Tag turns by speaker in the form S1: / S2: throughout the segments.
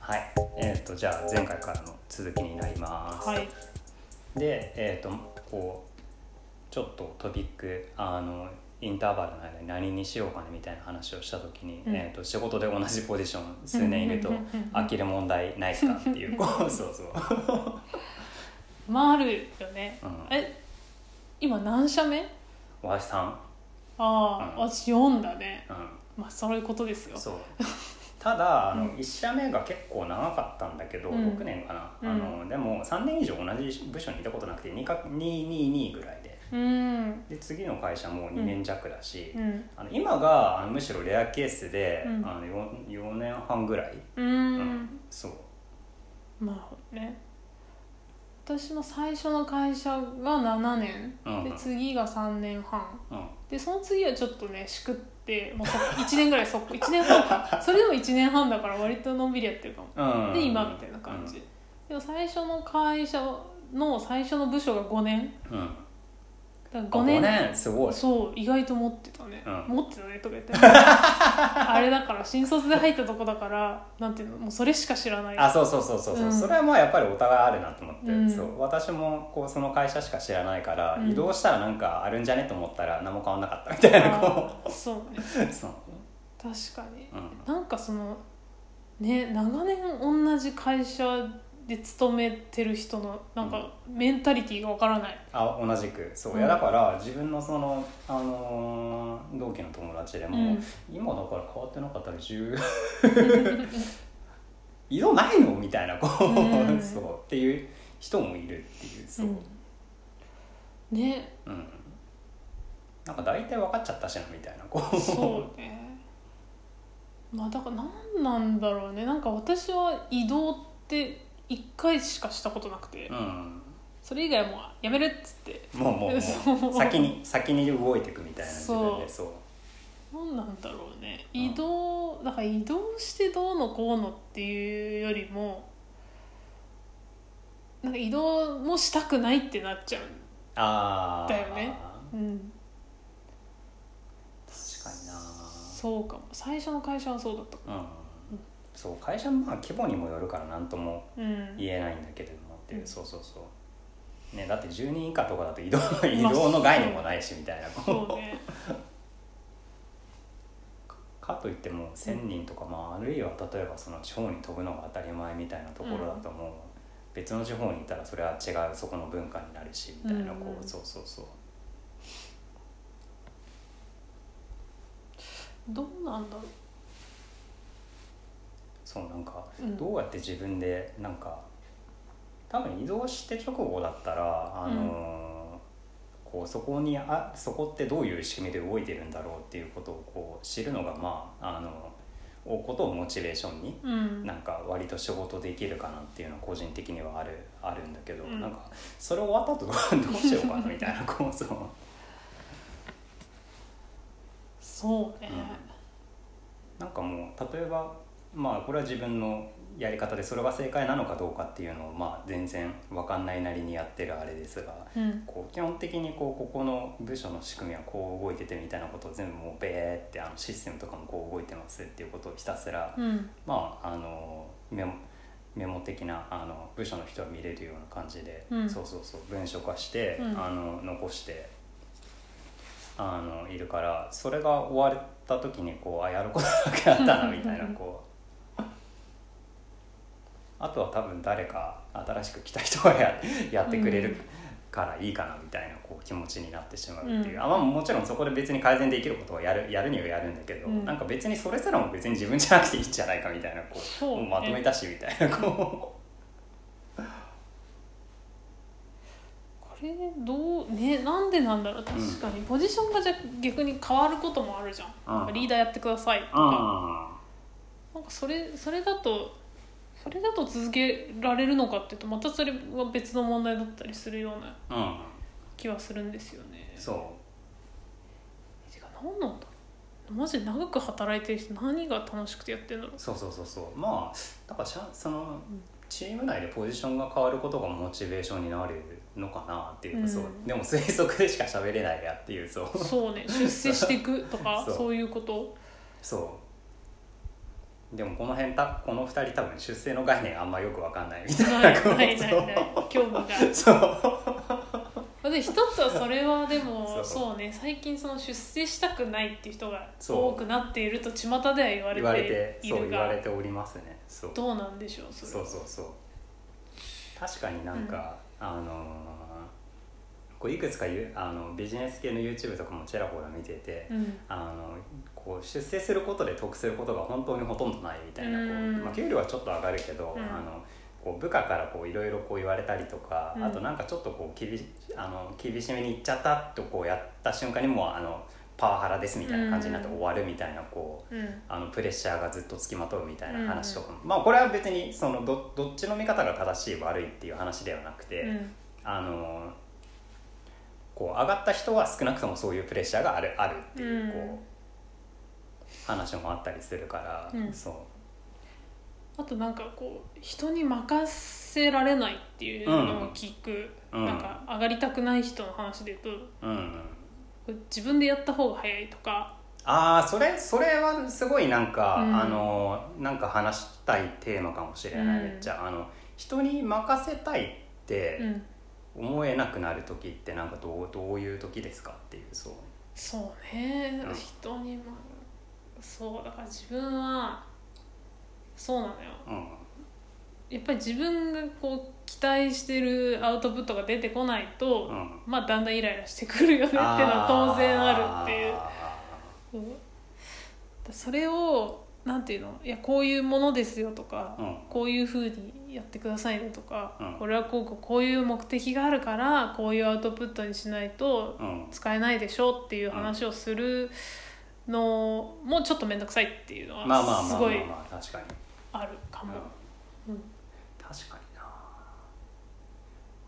S1: はい、えー、とじゃあ前回からの続きになります。
S2: はい
S1: で、えー、とこうちょっとトピックあのインターバルの間に何にしようかねみたいな話をした時に、
S2: うん
S1: えー、と仕事で同じポジション数年いると
S2: うんうんうんうん
S1: 飽きる問題ないですかっていうこう そうそう、
S2: まああるよね、
S1: うん、
S2: え今何社目
S1: 私さん、
S2: ああ、
S1: うん
S2: 私4だね
S1: う
S2: まあそういうことですよ
S1: ん、そうただあの、
S2: うん
S1: 1社目が結構長かったんだけど、
S2: うん
S1: 6年かな、
S2: うん
S1: あのでも3年以上同じ部署にいたことなくて2か222ぐらいで
S2: うん
S1: で次の会社も2年弱だし、
S2: うん
S1: あの今があのむしろレアケースで、
S2: うん
S1: あの 4, 4年半ぐらい、
S2: う
S1: うんそう
S2: なるほどね私の最初の会社が7年、
S1: うん
S2: で次が3年半
S1: うん
S2: でその次はちょっとねしくってもうそ1年ぐらいそこ1年半かそれでも1年半だから割とのんびりやってるかも
S1: うん
S2: で今みたいな感じ、でも最初の会社の最初の部署が5年
S1: うん、うん、
S2: だから
S1: 5
S2: 5
S1: 年
S2: 年
S1: すごい
S2: そう意外と持ってたね、
S1: うん
S2: 持ってたねとか 言ってあれだから新卒で入ったとこだからなんていうのもうそれしか知らない
S1: あそうそうそうそうそう、
S2: うん
S1: それはまあやっぱりお互いあるなと思って、
S2: うん
S1: そう私もこうその会社しか知らないから、
S2: うん
S1: 移動したらなんかあるんじゃねと思ったら何も変わんなかったみたいなこ
S2: あーそうね
S1: う そう、
S2: 確かに、
S1: うん
S2: なんかそのね長年同じ会社で勤めてる人のなんかメンタリティーがわからない、
S1: あ同じくそう、
S2: うん
S1: いやだから自分のその、あのー同期の友達で
S2: う
S1: も、
S2: ん、
S1: 今だから変わってなかったら10 色ないのみたいなこう、
S2: うん
S1: そうっていう人もいるっていうそう、うん
S2: うんね
S1: なんか大体分かっちゃったしなみたいなこう
S2: そうね まあだから何なんだろうねなんか私は移動って1回しかしたことなくて
S1: うん、
S2: それ以外はもうやめるっつって
S1: もうもうも
S2: そうう
S1: 先に先に動いていくみたいな自分でそう
S2: 何なんだろうね
S1: うん
S2: 移動だから移動してどうのこうのっていうよりもなんか移動もしたくないってなっちゃ
S1: ああ
S2: だよねううん
S1: 確かにな
S2: そうかも最初の会社はそうだったか
S1: うん、そう会社のまあ規模にもよるから何とも
S2: もうん
S1: 言えないんだけれどもっていう、
S2: うん
S1: そうそうそう、ね、だって10人以下とかだと移動の移
S2: まあ
S1: 動の概念もないしみたいなこう
S2: そうね
S1: かといっても1,000人とか、まあ、あるいは例えばその地方に飛ぶのが当たり前みたいなところだともう、別の地方にいたらそれは違うそこの文化になるしみたいな、
S2: うん
S1: こうそうそうそう
S2: どうなんだろ
S1: そうなんか
S2: う、うん、
S1: どうやって自分でなんか多分移動して直後だったらあのーこうそこにあそこってどういう仕組みで動いてるんだろうっていうことをこう知るのがまああのおことをモチベーションに
S2: うん
S1: なんか割と仕事できるかなっていうのは個人的にはあるあるんだけど、
S2: うん
S1: なんかそれ終わった後どうどうしようかなみたいな構想
S2: そうね、
S1: なんかもう例えばまあこれは自分のやり方でそれが正解なのかどうかっていうのをまあ全然わかんないなりにやってるあれですが
S2: うん、
S1: こう基本的にこうここの部署の仕組みはこう動いててみたいなことを全部もうベーってあのシステムとかもこう動いてますっていうことをひたすら
S2: うん、
S1: まあ、あのメモメモ的なあの部署の人は見れるような感じで、
S2: うん
S1: そうそうそう文書化して、
S2: うん
S1: あの残してあのいるからそれが終わった時にこうあやることだけあったなみたいなこう。あとは多分誰か新しく来た人がややってくれ
S2: う
S1: る
S2: ん
S1: からいいかなみたいなこう気持ちになってしまうっていう、
S2: うん
S1: あまあ、もちろんそこで別に改善できることはやるやるにはやるんだけど、
S2: うん
S1: なんか別にそれすらも別に自分じゃなくていいんじゃないかみたいなこう
S2: そう
S1: も
S2: ね
S1: うまとめたしみたいなこ
S2: これどうねなんでなんだろう確かに、ポジションがじゃ逆に変わることもあるじゃん、
S1: う。うん
S2: リーダーやってくださいと
S1: う
S2: か、
S1: ん
S2: なんかそれそれだとそれだと続けられるのかっていうとまたそれは別の問題だったりするような
S1: うん、
S2: 気はするんですよね
S1: そ
S2: てか何なんだろうマジで長く働いてる人何が楽しくてやってんだろう
S1: うそうそうそうそうまあだからしゃその
S2: ん
S1: チーム内でポジションが変わることがモチベーションになるのかなっていうか、そう
S2: うん
S1: でも推測でしか喋れないやっていうそう
S2: そうね出世していくと か
S1: そう
S2: そういうこと
S1: そうでもこの辺たこの2人多分出世の概念あんまよくわかんないみた
S2: ない
S1: い
S2: な
S1: ないこと
S2: ないない興味が
S1: そうそう
S2: まあで一つはそれはでも
S1: そ
S2: そううね最近その出世したくないっていう人が
S1: そう
S2: 多くなっていると巷では言わ
S1: 言われ
S2: れ
S1: て
S2: てい
S1: そう
S2: る
S1: 言わ
S2: が
S1: れておりますねそう
S2: どうなんでしょうそれ
S1: そうそうそう確かになんか、あのーこういくつかゆあのビジネス系の YouTube とかもちらほら見てて、
S2: うん
S1: あのこう出世することで得することが本当にほとんどないみたいなこう
S2: うん
S1: まあ、給料はちょっと上がるけど、
S2: うん
S1: あのこう部下からこういろいろこう言われたりとか、
S2: うん
S1: あとなんかちょっとこう厳しあの厳しめに言っちゃったとこうやった瞬間にもうあのパワハラですみたいな感じになって
S2: うん
S1: 終わるみたいなこう
S2: うん
S1: あのプレッシャーがずっとつきまとうみたいな話とかも、まあこれは別にそのどどっちの見方が正しい悪いっていう話ではなくて、
S2: うん
S1: あのこう上がった人は少なくともそういうプレッシャーがあるあるっていう,、
S2: うん
S1: こう話もあったりするから、
S2: うん
S1: そう
S2: あとなんかこう人に任せられないっていうのを聞く、
S1: うん
S2: なんか上がりたくない人の話で言うと
S1: うんうん
S2: これ自分でやった方が早いとか
S1: ああそれそれはすごいなんか、
S2: うん
S1: あのなんか話したいテーマかもしれない、
S2: うん
S1: めっちゃあの人に任せたいって
S2: うん
S1: 思えなくなる時ってなんかどうどういう時ですかっていうそう
S2: そうね、
S1: うん
S2: 人にまそうだから自分はそうなのよ
S1: うん
S2: やっぱり自分がこう期待してるアウトプットが出てこないと、
S1: うん
S2: まあだんだんイライラしてくるよねっていうのは当然あるっていううんだからそれをなんていうのいやこういうものですよとか、
S1: うん
S2: こういうふうにやってくださいねとか、
S1: うん
S2: これはこうこうこういう目的があるからこういうアウトプットにしないと
S1: う、ん
S2: 使えないでしょっていう話をするのもちょっと面倒くさいっていうの
S1: まあまあまあ
S2: はす
S1: ま
S2: ご
S1: あ
S2: い
S1: まあ確かに、
S2: あるかも。
S1: うん確かにな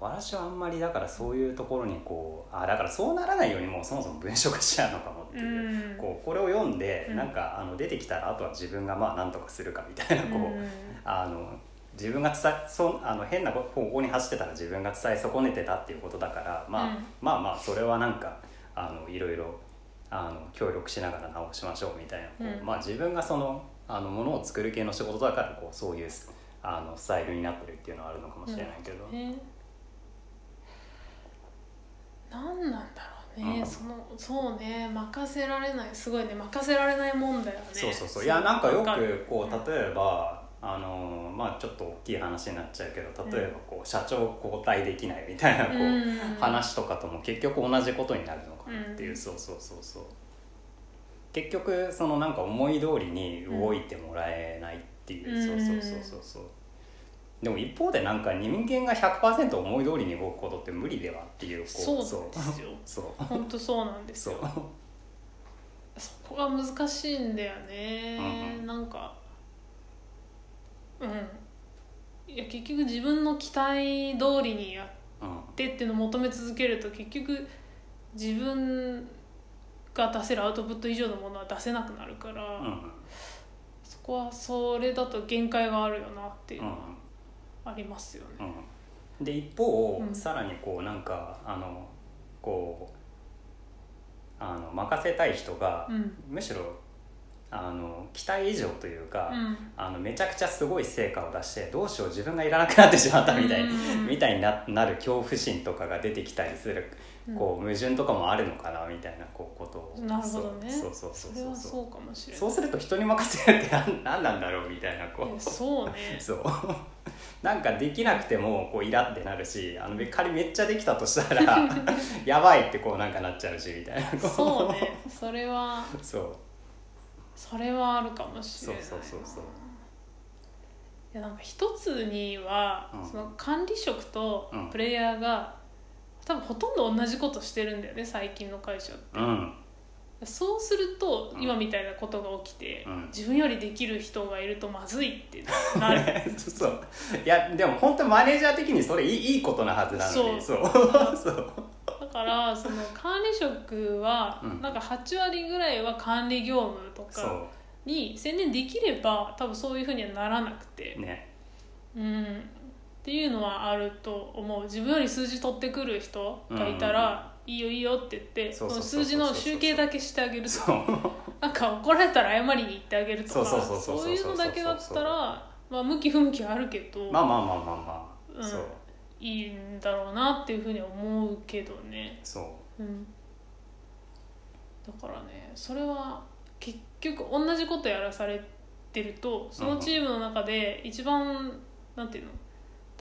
S1: 私はあんまりだからそういうところにこうあだからそうならないようにもうそもそも文章化しちゃうのかもっていう,、
S2: うん
S1: こうこれを読んで、
S2: うん
S1: なんかあの出てきたらあとは自分がまあ何とかするかみたいなこう、
S2: う
S1: あの自分が伝えそあの変な方向に走ってたら自分が伝え損ねてたっていうことだから、まあ
S2: うん
S1: まあまあそれはなんかあのいろいろあの協力しながら直しましょうみたいなこう、
S2: うん
S1: まあ、自分がそのあのものを作る系の仕事だからこうそういうあのスタイルになってるっていうのはあるのかもしれないけど、
S2: んね、何なんだろうね、
S1: うん
S2: そのそうね任せられないすごいね任せられない問題はね
S1: そうそうそういやなんかよ
S2: わる
S1: くこ
S2: ん
S1: う例えば、あのまあちょっと大きい話になっちゃうけど例えばこう社長交代できないみたいなこう、
S2: うん
S1: 話とかとも結局同じことになるのかなっていう、
S2: うん
S1: そうそうそうそう結局そのなんか思い通りに動いてもらえないっていう、
S2: うん
S1: そうそうそうそうそうでも一方でなんか人間が100%思い通りに動くことって無理ではっていうこ
S2: そうなん
S1: そう
S2: ですよ
S1: そう
S2: 本当そうなんです
S1: そう
S2: よそこが難しいんだよね、
S1: うんうん
S2: なんかうんいや結局自分の期待通りにやっ
S1: うん
S2: てっていうのを求め続けると結局自分が出せるアウトプット以上のものは出せなくなるから、
S1: うん
S2: そこはそれだと限界があるよなっていう
S1: う
S2: の
S1: ん
S2: はありますよね。
S1: うんで一方、
S2: うん
S1: さらにこうなんかあのこうあの任せたい人が、
S2: うん、
S1: むしろあの期待以上というか、
S2: うん
S1: あのめちゃくちゃすごい成果を出してどうしよう自分がいらなくなってしまったみたい,、
S2: うん
S1: みたいにななる恐怖心とかが出てきたりする、こう矛盾とかもあるのかなみたいなこうことを
S2: なるほどね
S1: そうそうそうそ
S2: それ
S1: う
S2: は
S1: そう
S2: そうかもしれない。
S1: そうすると人に任せるって何何なんだろうみたいなこう
S2: いやそうね
S1: そうなんかできなくてもこうイラってなるしあの仮にめっちゃできたとした らやばいってこうなんかなっちゃうしみたいなこ
S2: そうねそれは
S1: そう
S2: それはあるかもしれないな
S1: そうそうそうそう
S2: いやなんか一つには、
S1: うん
S2: その管理職と
S1: うん
S2: プレイヤーが、多分ほとんど同じことしてるんだよね最近の会社って、
S1: うん
S2: そうすると
S1: うん
S2: 今みたいなことが起きて、
S1: うん
S2: 自分よりできる人がいるとまずいって なる
S1: そういやでも本当マネージャー的にそれいいいいことなはずなのにそ
S2: そう
S1: そう
S2: だからその管理職は、
S1: うん
S2: なんか8割ぐらいは管理業務と
S1: そ
S2: かに専念できれば多分そういうふうにはならなくて、
S1: うね
S2: うん、っていうのはあると思う自分より数字取ってくる人がいたら「いいよいいよ」って言って
S1: そ
S2: そう
S1: そうそ
S2: の
S1: うそう
S2: 数字の集計だけしてあげると
S1: そう
S2: なんか怒られたら謝りに行ってあげるとか
S1: そうそうそうそうそう
S2: そういうのだけだったらまあ向き不向きはあるけど、
S1: まあまあまあまあまあ、
S2: うん
S1: そう
S2: いいんだろうなっていうふうに思うけどね、
S1: そう
S2: うん、だからねそれは結局同じことやらされてるとそのチームの中で一番なんていうの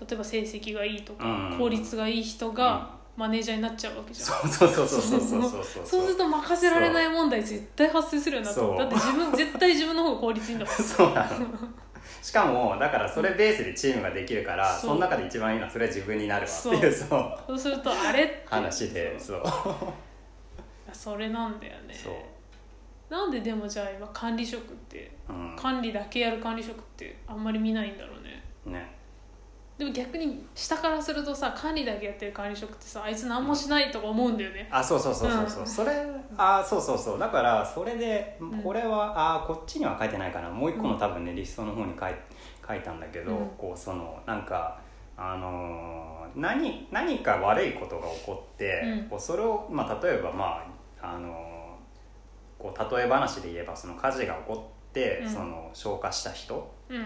S2: 例えば成績がいいと
S1: うん
S2: か効率がいい人がマネージャーになっちゃうわけじゃん
S1: そうそうそうそうそうそうそう
S2: そうすると任せられない問題絶対発生するようになって
S1: そう
S2: だって自分絶対自分の方が効率いいんだもん
S1: そうなのしかもだからそれベースでチームができるから
S2: そ
S1: そうの中で一番いいのはそれは自分になるわっていうそう
S2: そうするとあれって
S1: 話で
S2: そう
S1: そう
S2: それなんだよね
S1: そう、
S2: なんででもじゃあ今管理職って
S1: う
S2: 管理だけやる管理職ってあんまり見ないんだろうね
S1: ん、ね
S2: でも逆に下からするとさ管理だけやってる管理職ってさあいつ何もしないとか思うんだよね
S1: あそうそうそうそうそう、
S2: うん
S1: それあそうそうそうだからそれで
S2: ん
S1: これは、あこっちには書いてないかなもう一個も多分ね、リストの方に書い書いたんだけど、
S2: うん
S1: こうそのなんかあのー何何か悪いことが起こって、
S2: うん
S1: こうそれを、まあ、例えばまああのーこう例え話で言えばその火事が起こって、
S2: うん
S1: その消火した人
S2: うん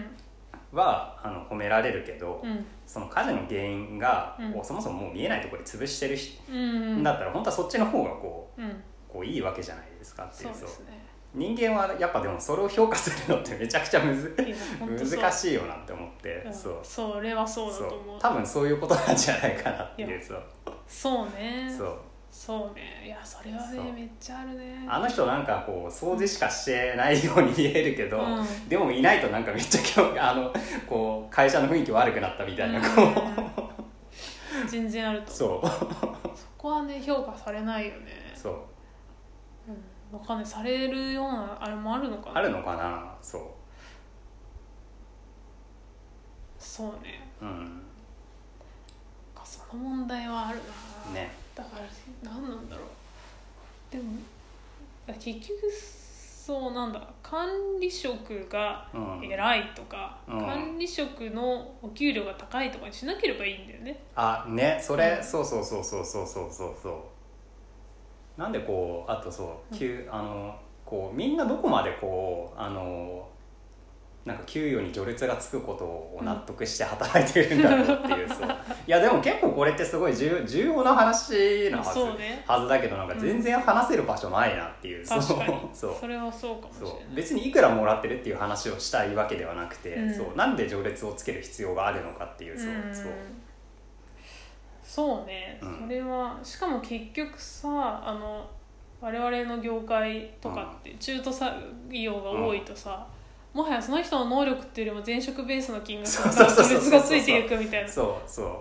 S1: はあの褒められるけど、
S2: うん
S1: その火事の原因が、
S2: うん
S1: こうそもそももう見えないところで潰してる人
S2: うんうん
S1: だったら、本当はそっちの方がこう
S2: うん
S1: こういいわけじゃないですかってい
S2: そう
S1: う
S2: です
S1: そう
S2: ね
S1: 人間はやっぱでもそれを評価するのってめちゃくちゃむず
S2: いやほんとそう
S1: 難しいよなって思って、
S2: うん
S1: そ
S2: そうれはそうだ
S1: そ
S2: と
S1: う
S2: 思う
S1: 多分そういうことなんじゃないかなっていう
S2: いや
S1: そう
S2: そうね
S1: そう
S2: そうねいやそれは
S1: そう
S2: ねめっちゃあるね
S1: あの人なんかこう掃除しかしてないように見えるけど、
S2: うん
S1: でもいないとなんかめっちゃ今日 あのこう会社の雰囲気悪くなったみたいな、こ
S2: うん全然ある
S1: う
S2: と思う
S1: そう
S2: そこはね評価されないよね
S1: そう
S2: うんわかんないされるようなあれもあるのかな
S1: あるのかなそ
S2: そうね
S1: ううん
S2: なんかその問題はあるな、
S1: ね
S2: だから何なんだろうでもだ結局そうなんだ管理職が
S1: うん
S2: 偉いとか、
S1: うん
S2: 管理職のお給料が高いとかにしなければいいんだよね
S1: あねそれ、
S2: うん
S1: そうそうそうそうそうそうそうそうなんでこうあとそう、きゅあのこうみんなどこまでこうあのなんか給与に序列がつくことを納得して働いてるんだろうっていう、 そういやでも結構これってすごい重重要な話なはず
S2: そうね
S1: はずだけどなんか全然話せる場所ないなっていう、そう
S2: 確かに
S1: そう
S2: それはそうかもし
S1: そ
S2: れ
S1: う
S2: ない
S1: 別にいくらもらってるっていう話をしたいわけではなくて、
S2: うん
S1: そうなんで序列をつける必要があるのかっていうそう、
S2: うん
S1: そう
S2: そうね、
S1: うん
S2: それはしかも結局さあの我々の業界とかって中途採用が多いとさ、もはやその人の能力っていうよりも前職ベースの金額
S1: そう
S2: が
S1: そうそう
S2: 差
S1: そう
S2: 別がついていくみたいな
S1: そうそう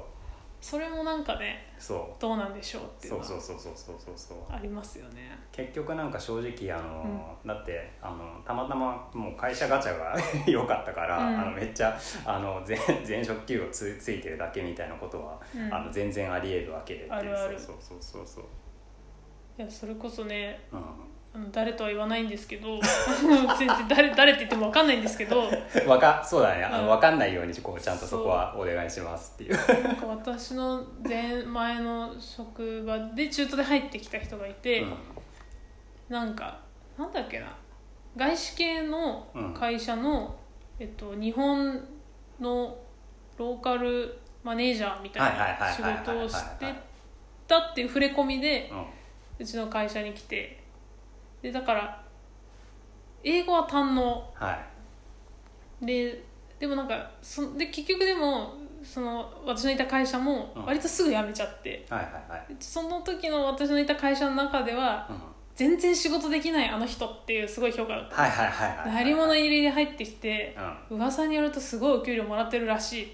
S2: それもなんかね
S1: そ
S2: どうなんでしょうっ
S1: う
S2: ていう
S1: そ
S2: の
S1: う
S2: は
S1: そうそうそうそうそうそう
S2: ありますよね
S1: 結局なんか正直あの、だってあのたまたまもう会社ガチャが 良かったから、
S2: うん
S1: あのめっちゃあの 前前職給与つついてるだけみたいなことは、
S2: うん
S1: あの全然あり得るわけでっていう
S2: あるある
S1: そうそうそうそうそう
S2: いやそれこそね
S1: う
S2: あの誰とは言わないんですけど 全然誰誰って言っても分かんないんですけど
S1: ん、わかそうだねあの、
S2: うん
S1: わかんないようにこうちゃんとそこはお願いしますっていう
S2: なんか私の前前の職場で中途で入ってきた人がいて、なんかなんだっけな外資系の会社の、えっと、日本のローカルマネージャーみたい
S1: はいはい
S2: な
S1: は
S2: 仕
S1: いはいはいはい
S2: 事をしてたっていう触れ込みで
S1: うんうん
S2: うちの会社に来てでだから英語は堪能
S1: はい
S2: ででもなんかそで結局でもその私のいた会社も
S1: うん
S2: 割とすぐ辞めちゃって。
S1: はいはいはい
S2: その時の私のいた会社の中では
S1: うん
S2: 全然仕事できないあの人っていうすごい評価だった
S1: はいはいはいはい
S2: 鳴り物入りで入ってきて
S1: うん
S2: 噂によるとすごいお給料もらってるらしい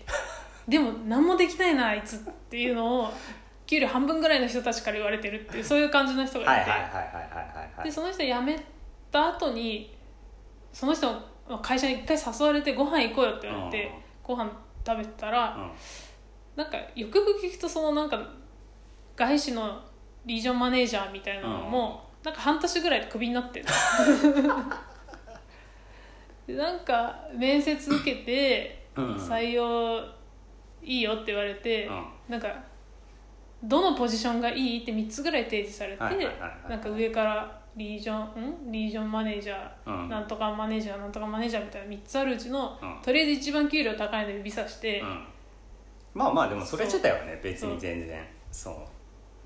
S2: でも何もできないなあいつっていうのを給料半分ぐらいの人たちから言われてるっていうそういう感じの人がいて、
S1: はいはいはいはいはいはい
S2: でその人辞めた後にその人の会社に一回誘われてご飯行こうよって言われて、
S1: うん
S2: ご飯食べてたら、
S1: うん
S2: なんかよくよく聞くとそのなんか外資のリージョンマネージャーみたいなのも、なんか半年ぐらいでクビになってる でなんか面接受けて
S1: うん
S2: 採用いいよって言われて、なんかどのポジションがいいって3つぐらい提示されて、
S1: はいはいはいはい
S2: なんか上からリージョンんリージョンマネージャ
S1: う
S2: ー
S1: ん
S2: なんとかマネージャーなんとかマネージャーみたいな3つあるうちの、
S1: うん
S2: とりあえず一番給料高いのでビサして
S1: う、んまあまあでもそれ自体はね別に全然そ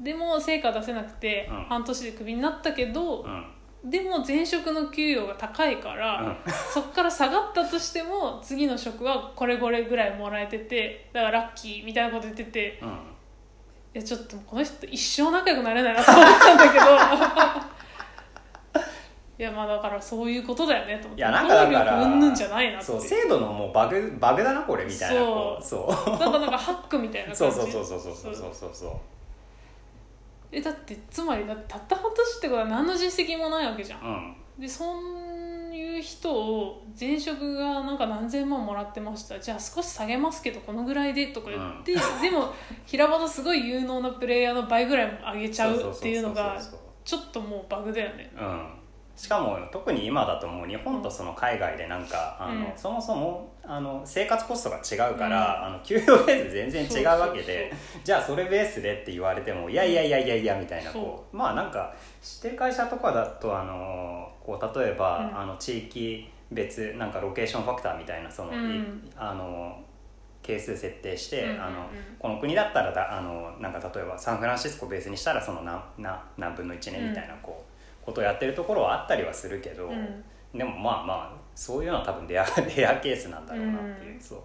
S1: う
S2: でも成果出せなくて、
S1: うん
S2: 半年でクビになったけど
S1: う、ん
S2: でも前職の給与が高いから、
S1: うん
S2: そこから下がったとしても次の職はこれこれぐらいもらえててだからラッキーみたいなこと言ってて
S1: うん
S2: いやちょっとこの人と一生仲良くなれないなと思ったんだけ どいやまあだからそういうことだよねと思って
S1: いやなんかだから
S2: うんぬんじゃないなって
S1: そう
S2: だ
S1: 制度のもうバグバグだなこれみたいな
S2: そう
S1: こうそう
S2: からなんかハックみたいな
S1: そ
S2: 感
S1: う
S2: じ
S1: そうそうそうそうそうそうそうそう
S2: えだってつまりだってたった半年ってことは何の実績もないわけじゃん
S1: うん
S2: でそういう人を前職がなんか何千万もらってましたじゃあ少し下げますけどこのぐらいでとか言って、 でも平場のすごい有能なプレイヤーの倍ぐらいも上げちゃうっていうのが
S1: そそそ
S2: ちょっともうバグだよね
S1: うそううんしかも特に今だともう日本とその海外でなんか、あの
S2: うん
S1: そもそもあの生活コストが違うから、あの給与ベース全然違うわけでじゃあそれベースでって言われてもいやいやいやいやいやみたいなこうまあなんか知ってる会社とかだとあのこう例えば、
S2: うん
S1: あの地域別なんかロケーションファクターみたいなその、い
S2: うん
S1: あの係数設定して、
S2: うんうんうん
S1: あのこの国だったらだあのなんか例えばサンフランシスコベースにしたらその何何何分の1ねみたいなこう、ことをやってるところはあったりはするけど、
S2: うん
S1: でもまあまあそういうのは多分レアレアケースなんだろうなっていう、
S2: うん
S1: そう。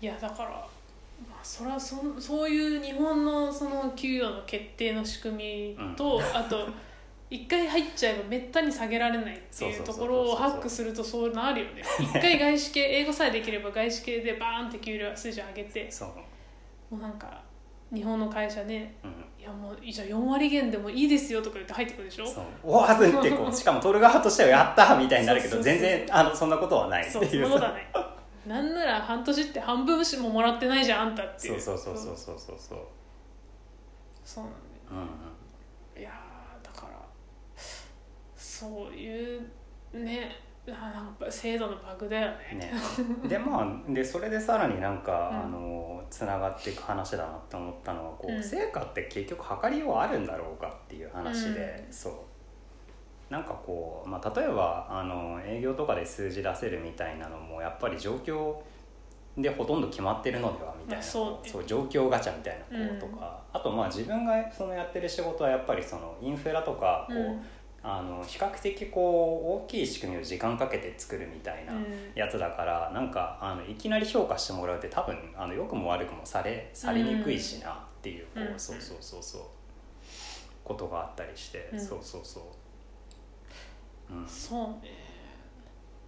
S2: いやだから、まあ、それはそそういう日本のその給与の決定の仕組みと、あと一回入っちゃえばめったに下げられないっていう
S1: そうそう
S2: と
S1: そうそう
S2: ころをハックするとそうな るよね一回外資系英語さえできれば外資系でバーンって給料水準上げて
S1: そう
S2: もうなんか日本の会社ね
S1: うん
S2: いやもうじゃあ4割減でもいいですよとか言って入ってくるでしょ
S1: そうおわずってこうしかも取る側としてはやったーみたいになるけ
S2: そ
S1: ど
S2: うそうそ
S1: 全
S2: う
S1: 然あのそんなことはないって
S2: そうそん
S1: い
S2: な
S1: う
S2: こと はないなんなら半年って半分ももらってないじゃんあんたってい
S1: そう
S2: う
S1: そうそうそううそうそうそう
S2: そうなんだよ
S1: うんうん
S2: いやーだからそういうねあなんか制度のバグだよね
S1: ね、でまあでそれでさらになんか、
S2: うん
S1: あのつながっていく話だなって思ったのはこう、
S2: うん
S1: 成果って結局測りようあるんだろうかっていう話で、
S2: う
S1: そうなんかこう、まあ、例えばあの営業とかで数字出せるみたいなのもやっぱり状況でほとんど決まってるのではみたい
S2: まあ
S1: な
S2: そう
S1: こうそう状況ガチャみたいなこうとか、あとまあ自分がそのやってる仕事はやっぱりそのインフラとかこう、
S2: うん
S1: あの比較的こう大きい仕組みを時間かけて作るみたいな
S2: うん
S1: やつだから、なんかあのいきなり評価してもらうって多分あの良くも悪くもされされにくいしなっていう,、こ
S2: うん
S1: うそうそうそうそうことがあったりして、
S2: うん
S1: そうそうそう、うん、
S2: そうね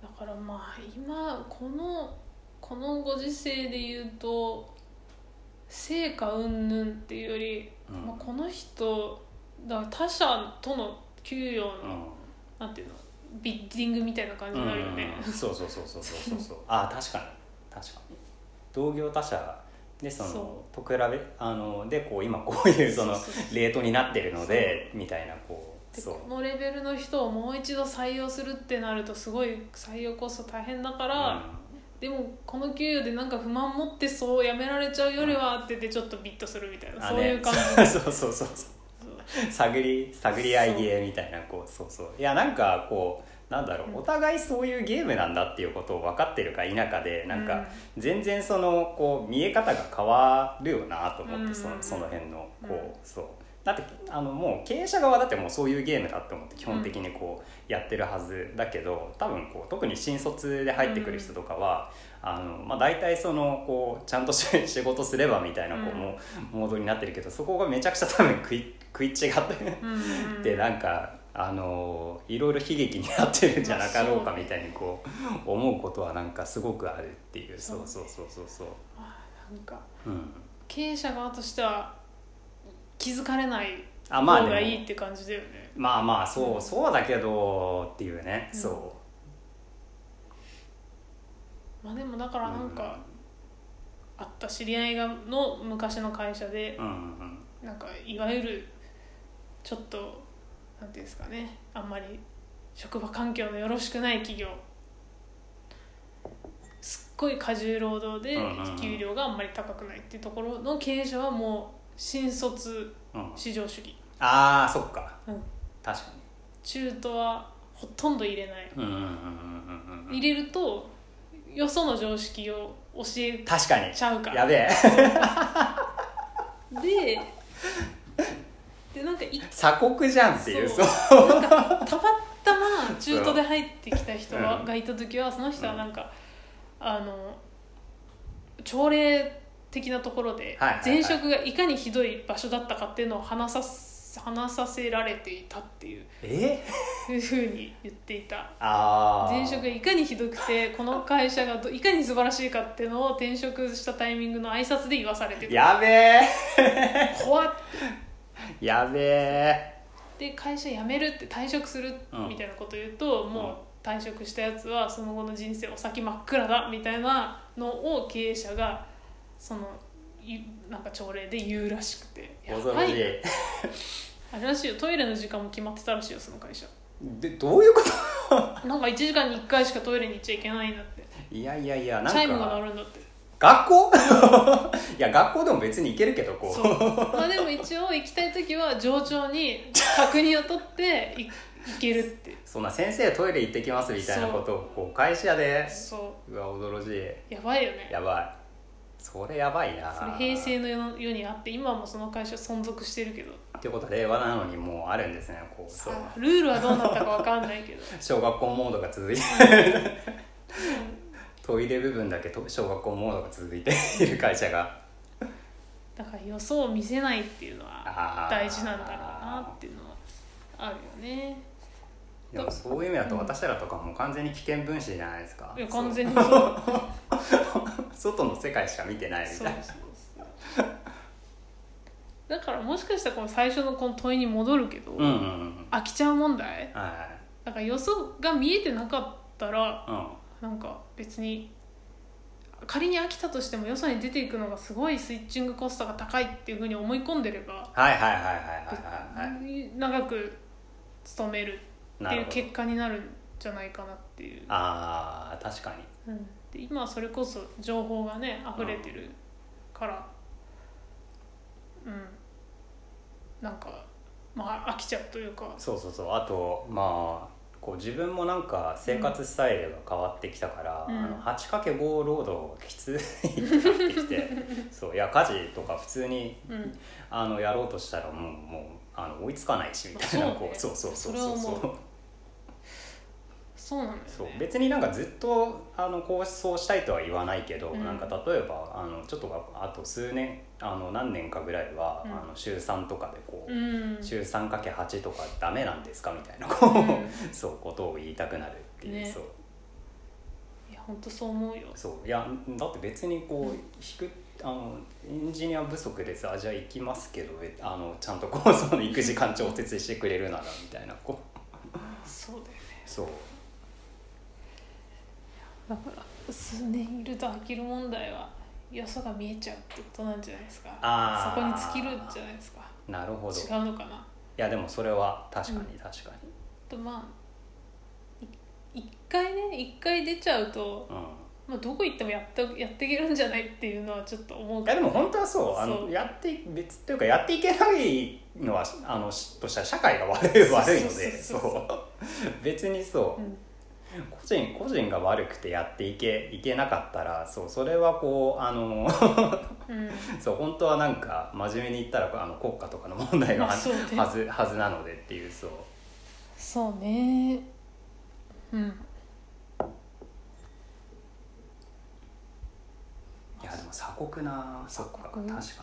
S2: だからまあ今このこのご時世で言うと成果云々っていうより、
S1: うん
S2: まあ、この人だから他者との給与の、
S1: うん
S2: なんていうのビッディングみたいな感じになるよね、
S1: うん、そうそうそうそうそうそうそうああ確かに確かに同業他社でその
S2: そ
S1: と比べあのでこう今こういうその
S2: そうそうそう
S1: レートになってるのでみたいなこう
S2: で
S1: そう
S2: このレベルの人をもう一度採用するってなるとすごい採用コスト大変だから、でもこの給与でなんか不満持ってそうやめられちゃうよりはって言ってちょっとビッとするみたい
S1: うん
S2: な
S1: あ
S2: そういう感じ、
S1: ね、 そうそうそうそう
S2: そ う
S1: 探り探り合いゲーみたいなこうそうそういやなんかこうなんだろう、
S2: うん
S1: お互いそういうゲームなんだっていうことを分かってるか否かでなんか、全然そのこう見え方が変わるよなと思って、
S2: うんうんうん
S1: そのその辺のこう、
S2: うん
S1: そうだってあのもう経営者側だってもうそういうゲームだって思って基本的にこうやってるはずだけど多分こう特に新卒で入ってくる人とかは、あのまあ、大体そのこうちゃんとし 仕事すればみたいなこうん
S2: う
S1: も、モードになってるけどそこがめちゃくちゃ多分食い 食い違って
S2: うんうんうん
S1: でなんかあのいろいろ悲劇になってるんじゃなかろうかみたいにこう思うことはなんかすごくあるっていう
S2: そう
S1: そう
S2: ね
S1: そうそうそうそう
S2: まあなんか
S1: うん
S2: 経営者側としては気づかれない
S1: あ
S2: 方
S1: まあ
S2: が
S1: で
S2: いい
S1: も
S2: って感じだよね、
S1: まあまあそうそうだけどっていうね
S2: うん
S1: そ
S2: まあ、でもだからなんか、あった知り合いがの昔の会社で
S1: ううんうん
S2: なんかいわゆるちょっとなんていうんですかねあんまり職場環境のよろしくない企業すっごい過重労働で
S1: うんうんうん
S2: 給料があんまり高くないっていうところの経営者はもう新卒
S1: うん、
S2: 市場主義、
S1: ああそっか
S2: うん、
S1: 確か
S2: 中途はほとんど入れない
S1: にうんうんうんうんうんうん
S2: 入れるとよその常識を教え
S1: 確かに
S2: ちゃうか
S1: や
S2: ら
S1: べえ
S2: ででなんかい
S1: 鎖国じゃんっていう
S2: そ
S1: そうう
S2: なんかたまたま中途で入ってきた人が,、
S1: うん
S2: がいた時はその人はなんか、あの朝礼的なところで
S1: はいはいはい
S2: 前職がいかにひどい場所だったかっていうのを話さす話させられていたっていう
S1: え
S2: ふうに言っていた
S1: ああ
S2: 前職がいかにひどくてこの会社がどいかに素晴らしいかっていうのを転職したタイミングの挨拶で言わされてた
S1: やべえ
S2: 怖っ
S1: やべえ
S2: で会社辞めるって退職する
S1: うん
S2: みたいなこと言うと、もう退職したやつはその後の人生お先真っ暗だみたいなのを経営者がそのいなんか朝礼で言うらしくてや
S1: 恐ろ
S2: ば
S1: しい、
S2: いあれらしいよトイレの時間も決まってたらしいよその会社
S1: でどういうこと
S2: なんか1時間に1回しかトイレに行っちゃいけないんだって
S1: いやいやいやなん
S2: チャイムが鳴
S1: か
S2: るんだって
S1: 学校 いや学校でも別に行けるけどこ
S2: そう
S1: う
S2: まあ でも一応行きたい時は上長に確認を取ってい行けるって
S1: そんな先生トイレ行ってきますみたいなことをこう会社で
S2: そう
S1: わ驚ろしいう
S2: やばいよね
S1: やばいそれやばいな
S2: それ平成の世の世にあって今もその会社存続してるけど
S1: ってことは令和なのにもうあるんですねこうそう
S2: さあルールはどうなったかわかんない けど
S1: 小学校モードが続いてトイレ部分だけと小学校モードが続いている会社が
S2: だから予想を見せないっていうのは
S1: あー
S2: 大事なんだろうなっていうのはあるよね
S1: でもそういう意味だと私らとかもう完全に危険分子じゃないですか
S2: いや完全にそうそう
S1: そう外の世界しか見てないみ
S2: そ
S1: た
S2: う
S1: いな
S2: そうだからもしかしたらこの最初のこの問いに戻るけど、
S1: うんうんうん
S2: 飽きちゃう問題
S1: は
S2: だから予想が見えてなかったら
S1: いうん
S2: なんか別に仮に飽きたとしてもよそに出ていくのがすごいスイッチングコストが高いっていうふうに思い込んでれば、
S1: はいはいはいはいはいはい
S2: 長く勤めるっ
S1: な
S2: てい
S1: る
S2: う
S1: ほど
S2: 結果になるんじゃないかなっていう、
S1: あー確かに
S2: うん、で今はそれこそ情報がね溢れてるからうん、なんかまあ飽きちゃうというか
S1: そうそうそうあとまあこう自分もなんか生活スタイルが変わってきたから、
S2: うん
S1: あの 8×5 労働きついってなってき てそういや家事とか普通に
S2: うん
S1: あのやろうとしたらもうもうあの追いつかないしみたいな、
S2: まあそうね
S1: こうそうそうそう
S2: それは
S1: そう
S2: 思
S1: そう
S2: うそうなんだ
S1: そう
S2: よね
S1: 別になんかずっとあのこうそうしたいとは言わないけど、
S2: うん
S1: なんか例えばあのちょっとあと数年あの何年かぐらいは、
S2: うん
S1: あの週3とかでこう、
S2: うん
S1: 週 3×8 とかダメなんですかみたいなこう、
S2: うん
S1: そうことを言いたくなるっていう、
S2: ね
S1: そう
S2: いや本当そう思うよ
S1: そういやだって別にこう引くあのエンジニア不足ですあじゃあ行きますけどべあのちゃんとこうその行く時間調節してくれるならみたいなこう
S2: そうだよね
S1: そう
S2: だから数年いると飽きる問題はよそが見えちゃうってことなんじゃないですか
S1: あ
S2: そこに
S1: ー
S2: 尽きるんじゃないですか
S1: なるほどい
S2: 違うのかない
S1: やでもそれは確か
S2: う
S1: に確かに
S2: とまあい一回ね一回出ちゃうと、
S1: うん、
S2: まあ、どこ行ってもやってやっていけるんじゃないっていうのはちょっと思う
S1: い
S2: け
S1: や
S2: ど
S1: でも本当はそうあ
S2: そ
S1: の
S2: う
S1: やって別というかやっていけないのはあのしとしたら社会が悪い悪いのでそ
S2: そ
S1: う
S2: そうそう
S1: う別にそう、
S2: うん
S1: 個人個人が悪くてやっていけいけなかったらそうそれはこうあの
S2: うん
S1: そう本当はなんか真面目に言ったらあの国家とかの問題が
S2: まあ
S1: は
S2: そうね
S1: はずはずなのでっていうそう
S2: そうねうん
S1: いやでも鎖国な鎖
S2: 鎖
S1: 国
S2: 国
S1: か確か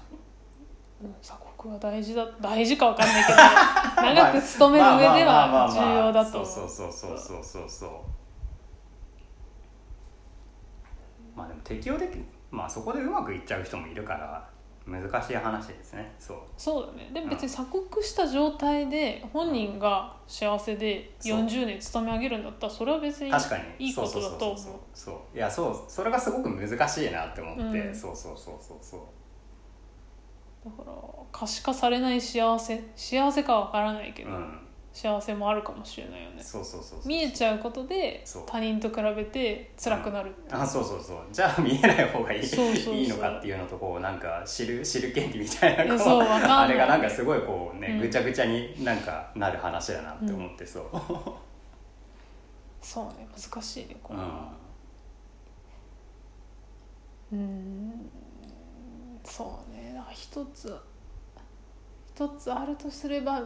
S1: に
S2: うん鎖国は大事だ大事かわかんない けど長く勤める上で
S1: まあまあまあ
S2: は
S1: まあまあ
S2: 重要だと思う
S1: そうそうそうそうそうそうそうまあでも適用できまあそこでうまくいっちゃう人もいるから難しい話ですねそう
S2: そうだねでも別に鎖国した状態で本人が幸せで
S1: そう
S2: 40年勤め上げるんだったらそれは別に
S1: 確かに
S2: いいことだと
S1: そうそうそう
S2: 思
S1: そうそういやそうそれがすごく難しいなって思って、
S2: うん
S1: そうそうそうそうそう
S2: うだから可視化されない幸せ幸せかわからないけ
S1: う
S2: ど、
S1: ん
S2: 幸せもあるかもしれないよね
S1: そうそうそうそう
S2: 見えちゃうことで
S1: そう
S2: 他人と比べて辛くなるっていう
S1: あそうそうそうじゃあ見えない方がいい
S2: そうそうそう
S1: いいのかっていうのとこうなんか知る知る権利みたいなこ
S2: そうわかんない
S1: あれがなんかすごいこうね、
S2: うん
S1: ぐちゃぐちゃになんかなる話だなって思ってそう、
S2: そうね難しいねこ
S1: う
S2: れ
S1: ん
S2: うーんそうねだから一つ一つあるとすれば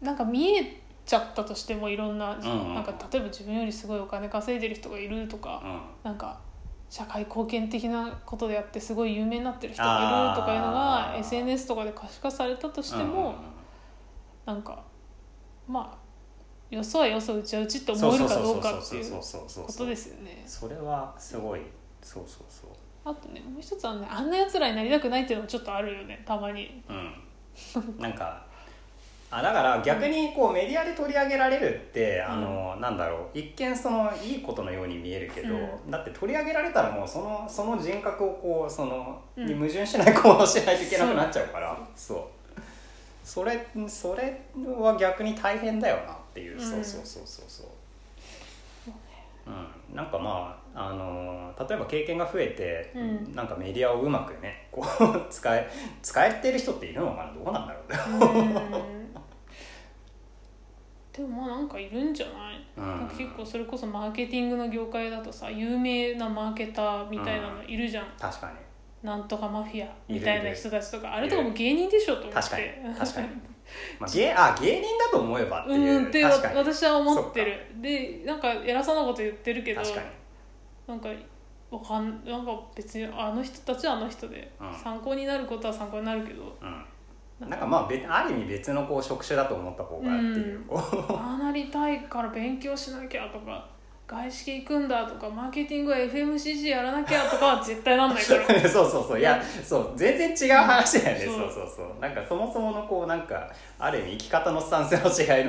S2: なんか見えちゃったとしてもいろんな、
S1: ん
S2: なんか例えば自分よりすごいお金稼いでる人がいるとか、
S1: うん
S2: なんか社会貢献的なことでやってすごい有名になってる人がいるとかいうのが
S1: あー
S2: SNS とかで可視化されたとしても、なんかまあよそはよそうちはうちって思えるかどうかっていうこ
S1: そうそうそうそう
S2: と
S1: そう
S2: ですよね。
S1: それはすごいそうそうそ
S2: あとねもう一つはねあんなやつらになりたくないっていうのもちょっとあるよねたま に。
S1: ううんなんかあだから逆にこうメディアで取り上げられるって、あのなんだろう一見そのいいことのように見えるけど、
S2: う
S1: だって取り上げられたらもうそのその人格をこうその、
S2: うん
S1: に矛盾しない行動をしないといけなくなっちゃうからそうそれそれは逆に大変だよなっていう、
S2: うん
S1: そうそうそうそうそう。うん、なんかまあ、あのー例えば経験が増えて、
S2: うん
S1: なんかメディアをうまくねこう使え使えてる人っているのかなどうなんだろうね、
S2: うーんでもまあなんかいるんじゃない、
S1: うん
S2: なんか結構それこそマーケティングの業界だとさ有名なマーケターみたいなのいるじゃん、
S1: 確か
S2: なんとかマフィアみたい
S1: いるい
S2: な
S1: る
S2: 人たちとかあれとかも芸人でしょと思って
S1: 確か に確かにに、まあ、芸あ芸人だと思えばっていう、
S2: うんって
S1: 確かに
S2: 私は思ってるでなんか偉そうなこと言ってるけど
S1: 確かに
S2: なんかわかんなんか別にあの人たちはあの人で、
S1: うん
S2: 参考になることは参考になるけど
S1: うんなんかまあ別ある意味別のこう職種だと思った方がっていう、
S2: うん
S1: こう
S2: ああなりたいから勉強しなきゃとか外資系行くんだとかマーケティングは FMCG やらなきゃとかは絶対なんないから
S1: そうそうそういやそう全然違う話だよね、
S2: うん
S1: そうそうそうなんかそもそものこうなんかある意味生き方のスタンスの違い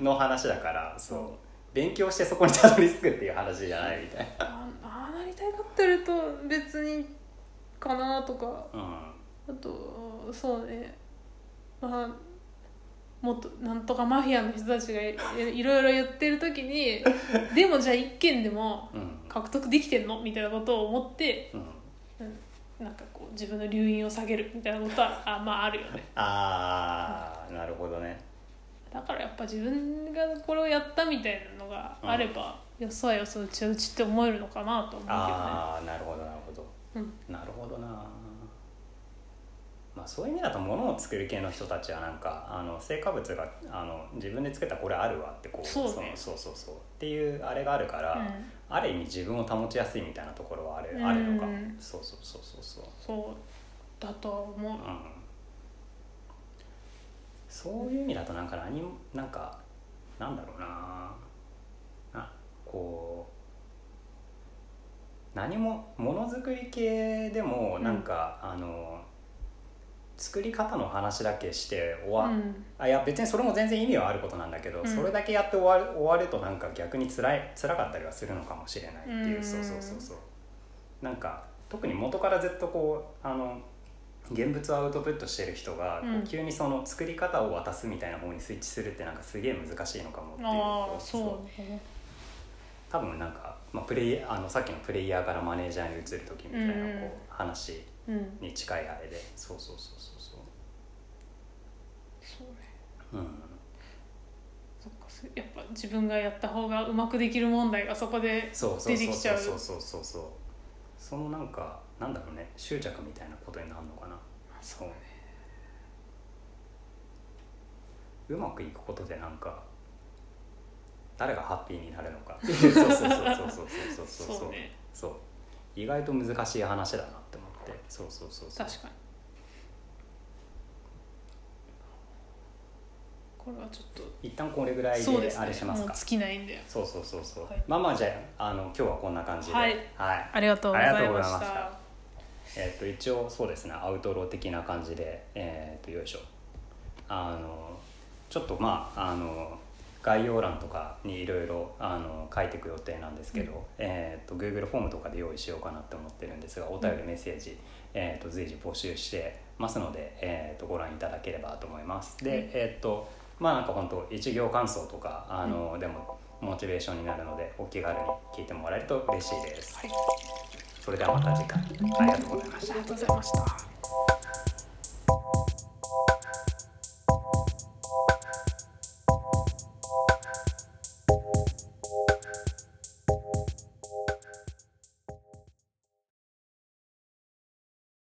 S1: の,、の話だからそう
S2: うん
S1: 勉強してそこにたどり着くっていう話じゃないみたいな
S2: あああなりたいかってると別にかなとか
S1: うん
S2: あとそうねまあもっとなんとかマフィアの人たちがいいろいろ言ってる時にでもじゃあ一件でも
S1: うん
S2: 獲得できてんのみたいなことを思って、
S1: うん
S2: うん、なんかこう自分の留飲を下げるみたいなことはあまああるよね
S1: ああなるほどね
S2: だからやっぱ自分がこれをやったみたいなのがあれば、よそはよそうちはうちって思えるのかなと思うけどね
S1: ああなるほどなるほど
S2: うん
S1: なるほどなまあそういう意味だと物を作る系の人たちはなんかあの成果物があの自分で作ったこれあるわってこう
S2: そうね
S1: そのそうそうそうっていうあれがあるから、
S2: うん
S1: ある意味自分を保ちやすいみたいなところはある,、
S2: うん
S1: あるのかそうそうそうそうそう
S2: そうだとは思う
S1: うんそういう意味だとなんか何もなんかなんだろうななこう何もものづくり系でもなんか、あの作り方の話だけして終わ、
S2: うん
S1: あいや別にそれも全然意味はあることなんだけど、
S2: うん
S1: それだけやって終わる終わるとなんか逆に辛い辛かったりはするのかもしれないっていう、
S2: うん
S1: そうそうそうそうなんか特に元からずっとこうあの現物をアウトプットしてる人が、こう
S2: うん
S1: 急にその作り方を渡すみたいな方にスイッチするってなんかすげえ難しいのかもっていう
S2: あ
S1: こ
S2: あ
S1: う
S2: そうね
S1: 多分なんか、まあ、プレイあのさっきのプレイヤーからマネージャーに移る時みたいなこう、
S2: うんうん
S1: 話
S2: うん
S1: に近いあれでそうそうそうそう
S2: そうね
S1: そううん
S2: そっかそやっぱ自分がやった方がうまくできる問題がそこで
S1: そうそう
S2: 出
S1: そ
S2: て
S1: う
S2: きちゃう
S1: そうそうそうそうそのなんかなんだろうね執着みたいなことになるのかなそううまくいくことでなんか誰がハッピーになるの かっていうそうそうそうそうそうそうそう
S2: そうね
S1: そう意外と難しい話だなって思ってそうそうそうそう
S2: 確かにこれはちょっと
S1: 一旦これぐらい
S2: そうで
S1: ですあれ
S2: ね
S1: しま
S2: も
S1: す
S2: う
S1: か
S2: 尽きないんで
S1: そうそうそうそう、
S2: はい
S1: まあまあじゃああの今日はこんな感じで
S2: は
S1: はい
S2: ありがとうござ
S1: あ
S2: い
S1: りがとうご
S2: ま
S1: ざい
S2: し
S1: ました
S2: た
S1: えっと一応そうですねアウトロー的な感じでえっとよいしょあのちょっとまああの概要欄とかにいろいろあの書いていく予定なんですけど、えっと Google フォームとかで用意しようかなって思ってるんですがお便りメッセージ、えっと随時募集してますので、えっとご覧いただければと思います。で、
S2: はい
S1: えっとまあなんか本当一行感想とかあの、でもモチベーションになるのでお気軽に聞いてもらえると嬉しいです。
S2: はい、
S1: それではまた次回ありがとうございまし
S2: あ
S1: た
S2: りがとうございました。